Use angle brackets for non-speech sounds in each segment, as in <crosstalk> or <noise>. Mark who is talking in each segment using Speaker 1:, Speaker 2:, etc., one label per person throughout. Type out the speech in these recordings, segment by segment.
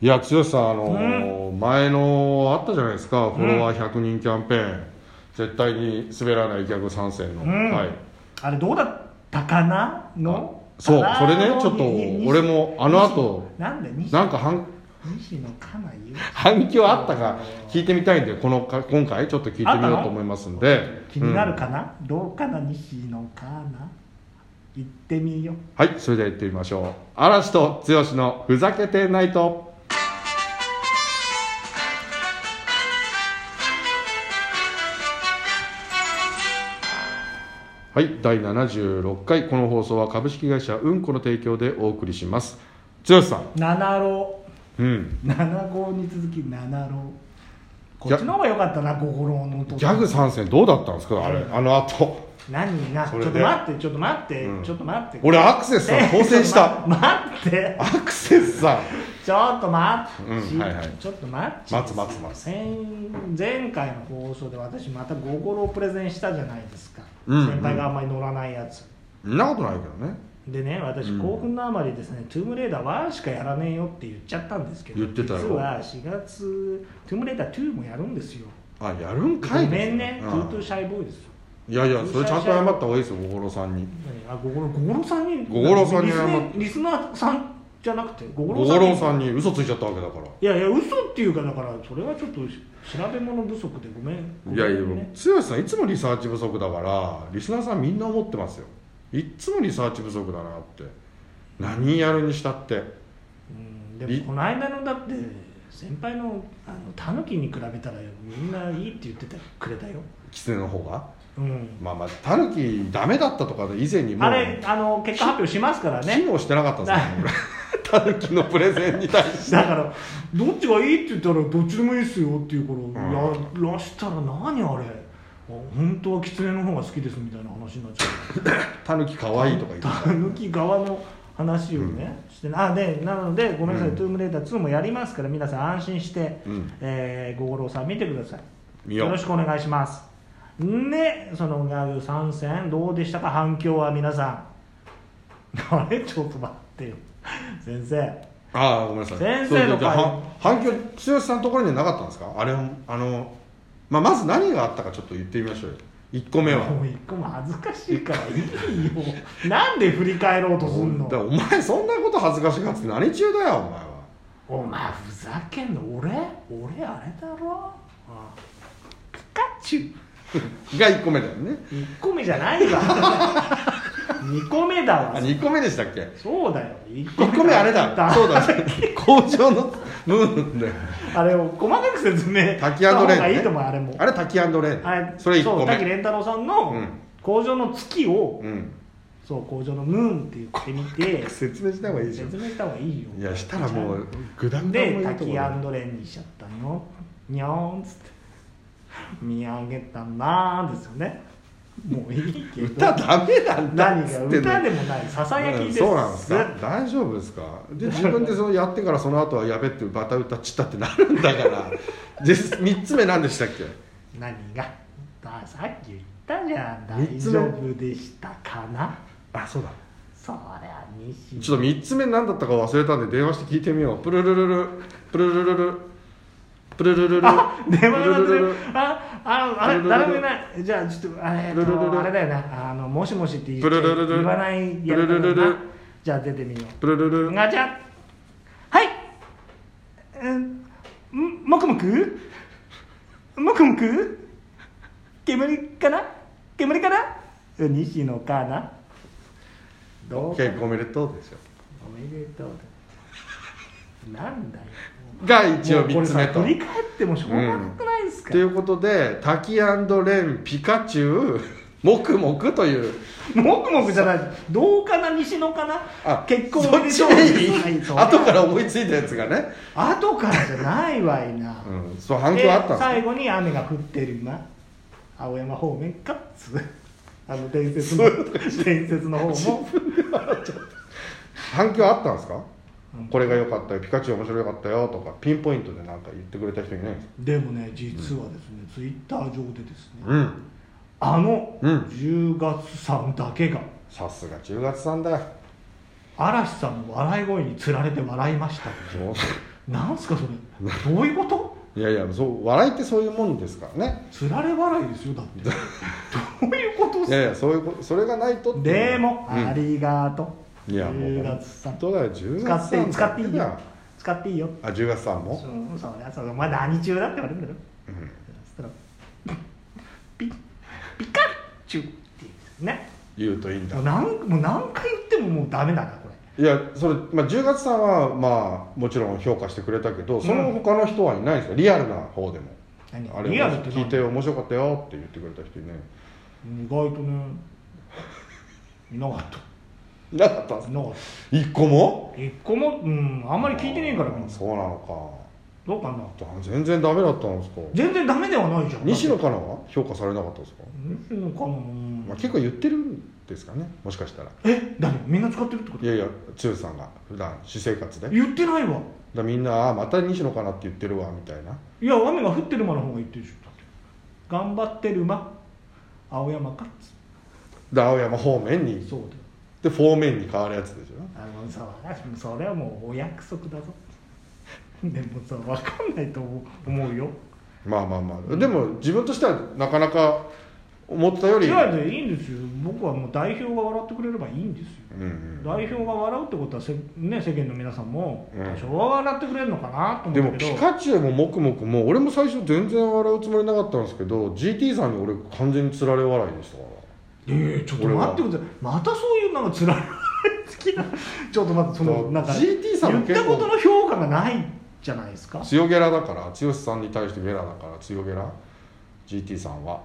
Speaker 1: いや剛さんあの、前のあったじゃないですかフォロワー100人キャンペーン、絶対に滑らない逆参戦の、
Speaker 2: うん
Speaker 1: はい
Speaker 2: あれどうだったかなの
Speaker 1: そう
Speaker 2: か
Speaker 1: それ
Speaker 2: な
Speaker 1: ね
Speaker 2: の
Speaker 1: ちょっと
Speaker 2: にに
Speaker 1: 俺もあの後
Speaker 2: なんで西
Speaker 1: なんか反
Speaker 2: 西野カナ言う
Speaker 1: 反響あったか聞いてみたいんでこのか今回ちょっと聞いてみようと思いますんで
Speaker 2: 気になる
Speaker 1: うん
Speaker 2: かな、どうかな西野かな行ってみよう
Speaker 1: はいそれでは行ってみましょう嵐と剛の「ふざけてナイト」はい第76回この放送は株式会社うんこの提供でお送りします剛さん
Speaker 2: 七郎
Speaker 1: うん
Speaker 2: 七号に続き七郎こっちの方が良かったな五五郎の音
Speaker 1: ギャグ参戦どうだったんですかあれあの後
Speaker 2: 何がち
Speaker 1: そ
Speaker 2: ょ
Speaker 1: れ
Speaker 2: っ
Speaker 1: で
Speaker 2: と待ってちょっと待って、
Speaker 1: うん
Speaker 2: ちょっと待って
Speaker 1: 俺アクセスさん
Speaker 2: <laughs> ね
Speaker 1: 当選した
Speaker 2: ちょっとま待って
Speaker 1: アクセスさん
Speaker 2: ちょっと待っち、
Speaker 1: うんはいはい
Speaker 2: ちょっと待っち
Speaker 1: 待つ待つ待つ
Speaker 2: 先前回の放送で私またゴゴロをプレゼンしたじゃないですか、
Speaker 1: うん
Speaker 2: 先輩があんまり乗らないやつ
Speaker 1: そんなことないけどね
Speaker 2: でね私
Speaker 1: うん
Speaker 2: 興奮のあまりですね、トゥームレーダー1しかやらねえよって言っちゃったんですけど
Speaker 1: 言ってたよ
Speaker 2: 実は4月トゥームレーダー2もやるんですよ
Speaker 1: あやるん
Speaker 2: ご
Speaker 1: かい
Speaker 2: めんね、ト
Speaker 1: う
Speaker 2: ゥートゥーシャイボーイですよ
Speaker 1: いやいやそれちゃんと謝った方がいいですよ小五郎さんに
Speaker 2: 何あゴゴロゴゴロさんに
Speaker 1: ゴゴロさんに
Speaker 2: リスナ
Speaker 1: 謝っ
Speaker 2: ーリスナーさんじゃなくてゴ
Speaker 1: 小
Speaker 2: ゴロ
Speaker 1: 五
Speaker 2: さん
Speaker 1: 郎
Speaker 2: に
Speaker 1: さんに嘘ついちゃったわけだから
Speaker 2: いやいや嘘っていうかだからそれはちょっとし調べ物不足でごめんごめん
Speaker 1: いやいや
Speaker 2: ね
Speaker 1: 剛さんいつもリサーチ不足だからリスナーさんみんな思ってますよいっつもリサーチ不足だなって何やるにしたって
Speaker 2: うん
Speaker 1: い
Speaker 2: でもこの間のだって先輩のあのタヌキに比べたらみんないいって言ってたくれたよ
Speaker 1: 狐の方が
Speaker 2: うん
Speaker 1: まあまあタヌキダメだったとかで以前にも
Speaker 2: あ
Speaker 1: う
Speaker 2: れあの結果発表しますから
Speaker 1: 機
Speaker 2: ね
Speaker 1: 能してなかったんですよ <laughs> タヌキのプレゼンに対
Speaker 2: <laughs>
Speaker 1: して
Speaker 2: だからどっちがいいって言ったらどっちでもいいっすよっていうから、
Speaker 1: うん
Speaker 2: やらしたら何あれあ本当はキツネの方が好きですみたいな話になっちゃう
Speaker 1: タヌキかわいいとか言って
Speaker 2: たぬき側の話をね、してな <laughs> あでなのでごめんなさい、
Speaker 1: うん
Speaker 2: トゥームレーダー2もやりますから皆さん安心して、
Speaker 1: うん
Speaker 2: えーご五郎さん見てください
Speaker 1: 見よう
Speaker 2: ろしくお願いしますねそのガウ参戦どうでしたか反響は皆さん <laughs> あれちょっと待ってよ先生
Speaker 1: ああごめんなさい
Speaker 2: 先生の
Speaker 1: それでじゃあ
Speaker 2: 会
Speaker 1: は反響剛さんのところにはなかったんですかあれあの、まあ、まず何があったかちょっと言ってみましょうよ1個目は
Speaker 2: もう一個も恥ずかしいからいいよなんで振り返ろうとすんの
Speaker 1: だからお前そんなこと恥ずかしがって何中だよお前は
Speaker 2: お前ふざけんの俺俺あれだろあピカチュウ
Speaker 1: が1個目だよね
Speaker 2: 1個目じゃない
Speaker 1: <laughs>
Speaker 2: わ2個目だ
Speaker 1: あ
Speaker 2: わ
Speaker 1: 2個目でしたっけ
Speaker 2: そうだよ1
Speaker 1: 1個目あれだそうだ工場のムーンだよ
Speaker 2: あれを細かく説明し
Speaker 1: 滝
Speaker 2: た
Speaker 1: レ
Speaker 2: 方
Speaker 1: ンね
Speaker 2: がいいと思うあれも
Speaker 1: あれ滝レン
Speaker 2: あれ
Speaker 1: それ1
Speaker 2: そ
Speaker 1: 個
Speaker 2: う滝
Speaker 1: 目
Speaker 2: 廉太郎さん
Speaker 1: う
Speaker 2: の
Speaker 1: ん
Speaker 2: 工場の月を、
Speaker 1: うん
Speaker 2: そう工場のムーンって言ってみて
Speaker 1: 説明した方がいいじゃん
Speaker 2: 説明した方がいいよ
Speaker 1: いやしたらもうグダグダも
Speaker 2: で
Speaker 1: いいとこ
Speaker 2: 滝アンドレンにしちゃったのにゃーんっつって見上げたなーんですよねもういいけど
Speaker 1: <laughs> 歌ダメなんだ
Speaker 2: 何
Speaker 1: っつ
Speaker 2: が
Speaker 1: ってんの
Speaker 2: 歌でもないささやきです、
Speaker 1: そうなんですか大丈夫ですかで自分でそれやってからその後はやべってバタ歌ちったってなるんだから
Speaker 2: <laughs>
Speaker 1: で3つ目何でしたっけ
Speaker 2: 何がださっき言ったじゃ
Speaker 1: 三
Speaker 2: ん大
Speaker 1: つ目
Speaker 2: 丈夫でしたかな
Speaker 1: あそうだ
Speaker 2: そりゃ西
Speaker 1: ちょっと3つ目何だったか忘れたんで電話して聞いてみようプルルルルプルルルルプルルルル
Speaker 2: あ電話が鳴って
Speaker 1: プルルル
Speaker 2: る
Speaker 1: ル
Speaker 2: あああれ
Speaker 1: プルルルル
Speaker 2: 誰もいないじゃあちょっとあれえっと
Speaker 1: プルルルル
Speaker 2: あれだよなあのもしもしって言っ
Speaker 1: プル
Speaker 2: て
Speaker 1: ルルル
Speaker 2: 言わないやつだ
Speaker 1: プルルルル
Speaker 2: なじゃあ出てみよ
Speaker 1: プルルル
Speaker 2: うガチャはいうんんもくもくもくもく煙かな煙かな西野かなどうかな
Speaker 1: 結婚おめでとうでしょ
Speaker 2: おめでとうだなんだよ
Speaker 1: が一応
Speaker 2: もうこ
Speaker 1: 3
Speaker 2: れ
Speaker 1: つ
Speaker 2: さ
Speaker 1: 目と
Speaker 2: 振り返ってもしょうがなくないですか、
Speaker 1: ということで「滝レンピカチュウモクモク」という
Speaker 2: <laughs> もくもくじゃないどうかな西野かな結婚お
Speaker 1: そ
Speaker 2: め
Speaker 1: っ
Speaker 2: で
Speaker 1: ち
Speaker 2: とう
Speaker 1: でいい
Speaker 2: はいそう
Speaker 1: 後から思いついたやつがね
Speaker 2: 後からじゃないわいな、
Speaker 1: うんそう反響あったんで
Speaker 2: で
Speaker 1: すよ
Speaker 2: 最後に雨が降ってるな青山方面かっつうあの伝説の伝説の方も
Speaker 1: 反響あったんですか、
Speaker 2: うん
Speaker 1: <laughs> これが良かったよピカチュウ面白かったよとかピンポイントでなんか言ってくれた人いないんですか
Speaker 2: でもね実はですね、ツイッター上でですね、
Speaker 1: うん
Speaker 2: あの
Speaker 1: うん
Speaker 2: 10月さんだけが、
Speaker 1: さすが10月さんだよ
Speaker 2: 嵐さんの笑い声につられて笑いました
Speaker 1: もう
Speaker 2: なんすかそ
Speaker 1: <laughs>
Speaker 2: れどういうこと
Speaker 1: いやいやそう笑いってそういうもんですからね
Speaker 2: つられ笑いですよだって
Speaker 1: <laughs>
Speaker 2: どういうことっす
Speaker 1: い
Speaker 2: か
Speaker 1: やいやそういうことそれがないとって
Speaker 2: でも、
Speaker 1: うん
Speaker 2: ありがとう
Speaker 1: いやもう
Speaker 2: 10月さん
Speaker 1: 本当だよ10
Speaker 2: 使っ
Speaker 1: 月さ
Speaker 2: て
Speaker 1: ん
Speaker 2: 使っていいよ
Speaker 1: だ
Speaker 2: 使っていいよ
Speaker 1: あ10月さん
Speaker 2: そう
Speaker 1: も、
Speaker 2: そうねそうお前何中だって言われるんだろ
Speaker 1: うん、
Speaker 2: そしたらピピカチュウっていうんですね
Speaker 1: 言うといいんだ
Speaker 2: もう何もう何回言ってももうダメだなこれ
Speaker 1: いやそれ、まあ、10月さんはまあもちろん評価してくれたけどその他の人はいないんですか、リアルな方でもあ
Speaker 2: 何
Speaker 1: れ
Speaker 2: リアルって
Speaker 1: 聞いて
Speaker 2: 何
Speaker 1: 面白かったよって言ってくれた人いない
Speaker 2: 意外とねいなかっ
Speaker 1: いなかったんで
Speaker 2: た
Speaker 1: す
Speaker 2: い
Speaker 1: か
Speaker 2: なかっ
Speaker 1: 一個も
Speaker 2: た一個もうんあんまり聞いてねえからみんな
Speaker 1: そうなの
Speaker 2: どうかな
Speaker 1: かだ全然ダメだったんですか
Speaker 2: 全然ダメではないじゃん
Speaker 1: 西野カナは評価されなかったんですか、
Speaker 2: 西野かな、うん
Speaker 1: まあ、結構言ってるんですかねもしかしたら
Speaker 2: え何みんな使ってるってこ
Speaker 1: い
Speaker 2: と
Speaker 1: やいや剛さんが普段私生活でだか
Speaker 2: 言ってないわ
Speaker 1: らみんなあまた西野カナって言ってるわみたいない
Speaker 2: や雨が降ってる間の方が言ってるでしょだって頑張ってる間青山かっつ
Speaker 1: で青山方面に
Speaker 2: そう
Speaker 1: でフォーメンに変わるやつですよね
Speaker 2: だあのさそれはもうお約束だぞ <laughs> でもさ分かんないと思う思うよ
Speaker 1: まあまあまあでも自分としてはなかなか思ってたよ
Speaker 2: 違
Speaker 1: り
Speaker 2: うでいいんですよ僕はもう代表が笑ってくれればいいんですよ
Speaker 1: うんうん
Speaker 2: 代表が笑うってことはせ、ね、世間の皆さんも
Speaker 1: うん
Speaker 2: 多少は笑ってくれるのかなと
Speaker 1: で
Speaker 2: 思
Speaker 1: も
Speaker 2: うけど、
Speaker 1: ピカチュウもモクモクも俺も最初全然笑うつもりなかったんですけど GT さんに俺完全につられ笑いでしたから
Speaker 2: ええちょっと
Speaker 1: 俺
Speaker 2: 待
Speaker 1: は
Speaker 2: ってくださいまたそういうなんかつらい好きな <laughs> ちょっと待ってそ
Speaker 1: そ
Speaker 2: の
Speaker 1: う
Speaker 2: なんか
Speaker 1: GT さんも
Speaker 2: 言
Speaker 1: 結
Speaker 2: った
Speaker 1: 構
Speaker 2: ことの評価がないじゃないですか
Speaker 1: 強ゲラだから剛さんに対してゲラだから強ゲラ GT さんは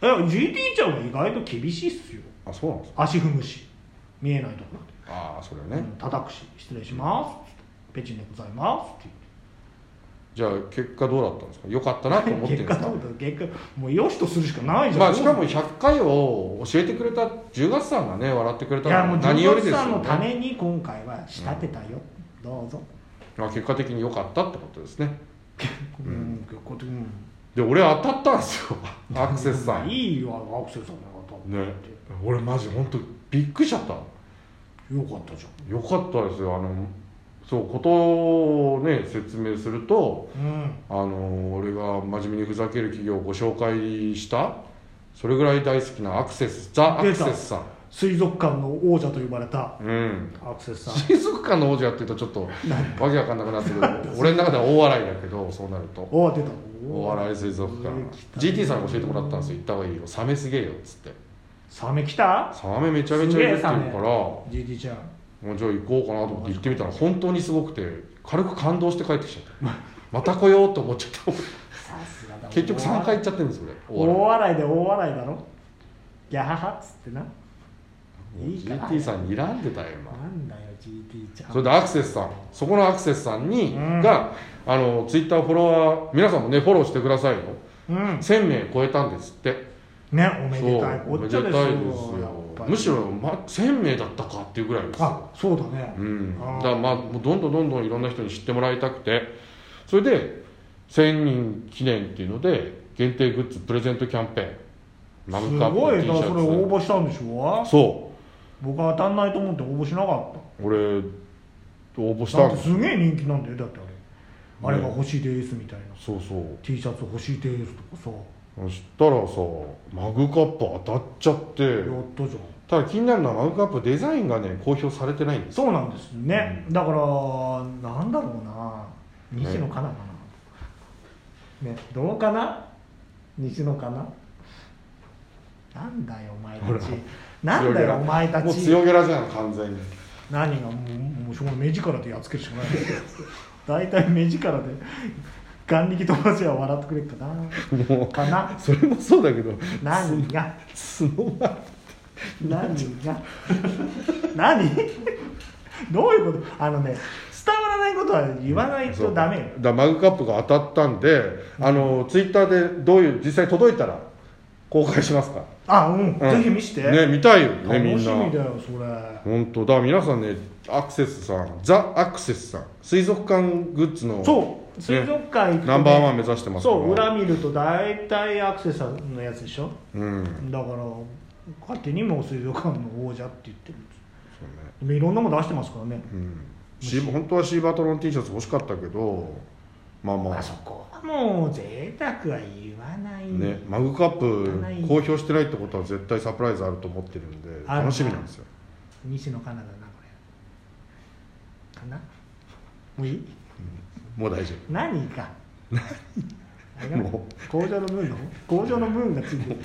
Speaker 2: え GT ちゃんは意外と厳しいっすよ
Speaker 1: あそうなんですか
Speaker 2: 足踏むし見えないところ
Speaker 1: ああそれ
Speaker 2: で、
Speaker 1: ね、
Speaker 2: うん叩くし失礼します、ペチンでございますって
Speaker 1: じゃあ結果どうだったんですかよかったなと
Speaker 2: 言
Speaker 1: 思
Speaker 2: っ
Speaker 1: って
Speaker 2: て
Speaker 1: るんです
Speaker 2: 結果
Speaker 1: か
Speaker 2: どうだ結果もうよしとするしかないじゃ
Speaker 1: ま
Speaker 2: ん、
Speaker 1: あしかも100回を教えてくれた10月さんがね笑ってくれ
Speaker 2: い
Speaker 1: た
Speaker 2: や
Speaker 1: の
Speaker 2: もう
Speaker 1: は何より
Speaker 2: ジ
Speaker 1: です
Speaker 2: さん
Speaker 1: よ
Speaker 2: のた
Speaker 1: ね、
Speaker 2: めに今回は仕立てたよ、どうぞ、
Speaker 1: まあ、結果的に良かったってことですね
Speaker 2: うん
Speaker 1: うん
Speaker 2: こうやってうん
Speaker 1: で俺当たったんですよアクセスさん
Speaker 2: い
Speaker 1: ね
Speaker 2: いよアクセスさんの方って、
Speaker 1: 俺マジ本当びっくりしちゃった
Speaker 2: よかったじゃん
Speaker 1: よかったですよあのそうことをね説明すると
Speaker 2: うん
Speaker 1: あの俺が真面目にふざける企業をご紹介したそれぐらい大好きなアクセスザ・アクセスさ
Speaker 2: 水族館の王者と呼ばれた
Speaker 1: んうん
Speaker 2: アクセスさん
Speaker 1: 水族館の王子やってるとちょっとわけわかんなくなってくる俺の中では大笑いだけどそうなると
Speaker 2: おお出た
Speaker 1: 大笑い水族館 GT さんに教えてもらったんですよ行った方がいいよサメすげえよっつって
Speaker 2: サメ来た
Speaker 1: サメめちゃめちゃいるっていうからも
Speaker 2: GT ちゃん
Speaker 1: うじゃあ行こうかなと思って行ってみたら本当にすごくて軽く感動して帰ってきちゃったまた来ようと思っちゃった <laughs>
Speaker 2: さすがだ
Speaker 1: 結局3回行っちゃってるんです俺
Speaker 2: 大
Speaker 1: 大笑
Speaker 2: 笑いで大笑いだろギャハハっつってない
Speaker 1: もう
Speaker 2: いいから
Speaker 1: GT さんに睨んでたよ今
Speaker 2: なんだよ GT ちゃん
Speaker 1: それでアクセスさんそこのアクセスさんに、
Speaker 2: うん
Speaker 1: があのツイッターフォロワー皆さんもねフォローしてくださいよ
Speaker 2: うん
Speaker 1: 1000名超えたんですって
Speaker 2: ねおめ
Speaker 1: そう
Speaker 2: でたいおっちゃ
Speaker 1: おめで
Speaker 2: で
Speaker 1: すた
Speaker 2: よ
Speaker 1: いです
Speaker 2: やっ
Speaker 1: よ
Speaker 2: ぱり
Speaker 1: むしろ、ま、1000名だったかっていうぐらいですよ
Speaker 2: あそうだね
Speaker 1: うん、だ
Speaker 2: あー
Speaker 1: からまあもうどんどんどんどんいろんな人に知ってもらいたくてそれで1000人記念っていうので限定グッズプレゼントキャンペーンマ
Speaker 2: す
Speaker 1: グカップ
Speaker 2: ごい
Speaker 1: T シ
Speaker 2: なそれ応
Speaker 1: ャツ
Speaker 2: 募したんでしょ
Speaker 1: そ
Speaker 2: 僕は当たんないと思って応募しなかっ
Speaker 1: う俺応募したた
Speaker 2: だ
Speaker 1: ん
Speaker 2: っ
Speaker 1: で
Speaker 2: て
Speaker 1: す
Speaker 2: すげえ人気なんだよだってあれあれ
Speaker 1: ね
Speaker 2: が欲しいですみたいな
Speaker 1: そうそう
Speaker 2: T シャツ欲しいですとかさ
Speaker 1: そしたらさマグカップ当たっちゃって
Speaker 2: やったじゃん
Speaker 1: ただ気になるのはマグカップデザインがね公表されてないんです
Speaker 2: そうなんですね、だからなんだろうな西野カナかな、ねどうかな西野かななんだよお前たちなんだよお前た
Speaker 1: もう
Speaker 2: ち
Speaker 1: 強げらじゃん完全に
Speaker 2: 何がもうもうしょうがない目力でやっつけるしかない大体目力で眼力飛ばせは笑ってくれっか
Speaker 1: も
Speaker 2: な
Speaker 1: う
Speaker 2: かな
Speaker 1: <laughs> それもそうだけど
Speaker 2: 何が
Speaker 1: スノーマン
Speaker 2: 何が何どういうことあのね伝わらないことは言わないとダメよ
Speaker 1: だからマグカップが当たったんで、あのツイッターでどういう実際届いたら公開しますか、
Speaker 2: あうん、
Speaker 1: うん
Speaker 2: ぜひ見して、
Speaker 1: ね見たいよ
Speaker 2: 楽
Speaker 1: ね
Speaker 2: し
Speaker 1: み
Speaker 2: み
Speaker 1: ん
Speaker 2: だ
Speaker 1: な
Speaker 2: よそれ
Speaker 1: 本当だから皆さんねアクセスさんザ・アクセスさん水族館グッズの
Speaker 2: そう水族館行くとね
Speaker 1: ナンバーワン目指してますから
Speaker 2: そう裏見ると大体アクセサリーのやつでしょ
Speaker 1: うんそうね
Speaker 2: だから勝手にもう水族館の王者って言ってるんですでもいろんなもの出してますからね
Speaker 1: うんシー本当はシーバトロン T シャツ欲しかったけどまあま
Speaker 2: あ
Speaker 1: あ
Speaker 2: そこはもう贅沢は言わない
Speaker 1: ね、マグカッ
Speaker 2: ない
Speaker 1: プ公表してないってことは絶対サプライズあると思ってるんで
Speaker 2: ある
Speaker 1: 楽しみなんですよ
Speaker 2: 西野カナだなこれかなもういい
Speaker 1: もう大丈
Speaker 2: 何かあれだ
Speaker 1: も
Speaker 2: 工場のムーンの工場のムーンがついてる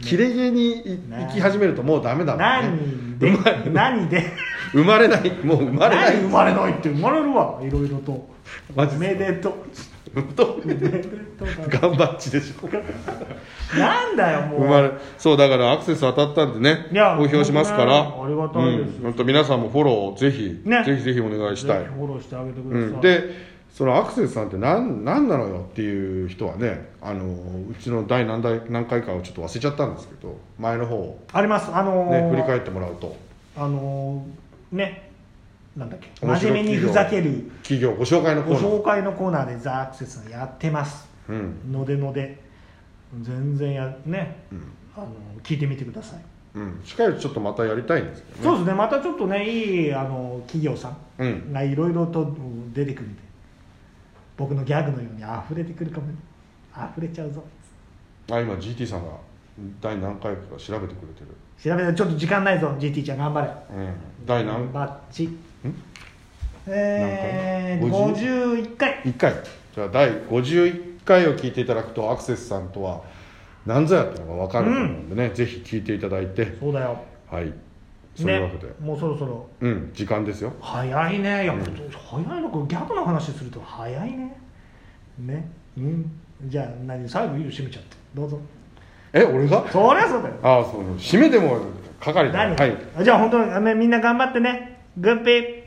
Speaker 1: 夫切れ毛にい
Speaker 2: ない
Speaker 1: 行き始めるともうダメだもんね
Speaker 2: 何で何で
Speaker 1: 生まれないもう生まれない
Speaker 2: 何生まれないって生まれるわいろいろと
Speaker 1: マジ
Speaker 2: お
Speaker 1: っすか
Speaker 2: めでとう
Speaker 1: 本当
Speaker 2: おめでとうだ
Speaker 1: <laughs> 頑張っちでしょ
Speaker 2: なんだよもう
Speaker 1: 生まれそうだからアクセス当たったんでね
Speaker 2: いや
Speaker 1: 公表しますから
Speaker 2: 本当ねありがたいです
Speaker 1: うん本当皆さんもフォローをぜひ、
Speaker 2: ね
Speaker 1: ぜひぜひお願いしたい
Speaker 2: ぜひフォローしてあげてください、
Speaker 1: うん、でそのアクセスさんって何何なのよっていう人はねあのうちの第何代何回かをちょっと忘れちゃったんですけど前の方を、
Speaker 2: ありますあのー
Speaker 1: ね、振り返ってもらうと
Speaker 2: あのーねなんだっけ
Speaker 1: 面
Speaker 2: 真
Speaker 1: 白い
Speaker 2: 面目にふざける
Speaker 1: 企業ご紹介のコ
Speaker 2: ご
Speaker 1: ーナー
Speaker 2: 紹介のコーナーでザ・アクセスさんやってます
Speaker 1: うん
Speaker 2: のでので全然やね、あの聞いてみてください、
Speaker 1: うん、近いうちちょっとまたやりたいんですけどね
Speaker 2: そうですねまたちょっとねいいあの企業さ
Speaker 1: うん
Speaker 2: んがいろいろとうん出てくるんで僕のギャグのように溢れてくるかもね溢れちゃうぞ
Speaker 1: あ今 GT さんが第何回か調べてくれてる、
Speaker 2: 調べてちょっと時間ないぞ GT ちゃん頑張れ
Speaker 1: うん、第何
Speaker 2: バッチえー、
Speaker 1: 何回
Speaker 2: 51回
Speaker 1: 1回じゃあ第51回を聞いていただくとアクセスさんとは何ぞやっていうのが分かると思うんでね、ぜひ聞いていただいて
Speaker 2: そうだよ
Speaker 1: はいそういうわけで、
Speaker 2: ね、もうそろそろ
Speaker 1: うん時間ですよ
Speaker 2: 早いねいや、
Speaker 1: うん
Speaker 2: 早いのこれ逆の話すると早いねねうんじゃあ何最後いいよ閉めちゃってどうぞ
Speaker 1: え俺が
Speaker 2: そりゃそうだよ
Speaker 1: ああそう締めでも係だ
Speaker 2: 何、
Speaker 1: はい
Speaker 2: じゃあ本当にあねみんな頑張ってねグッピー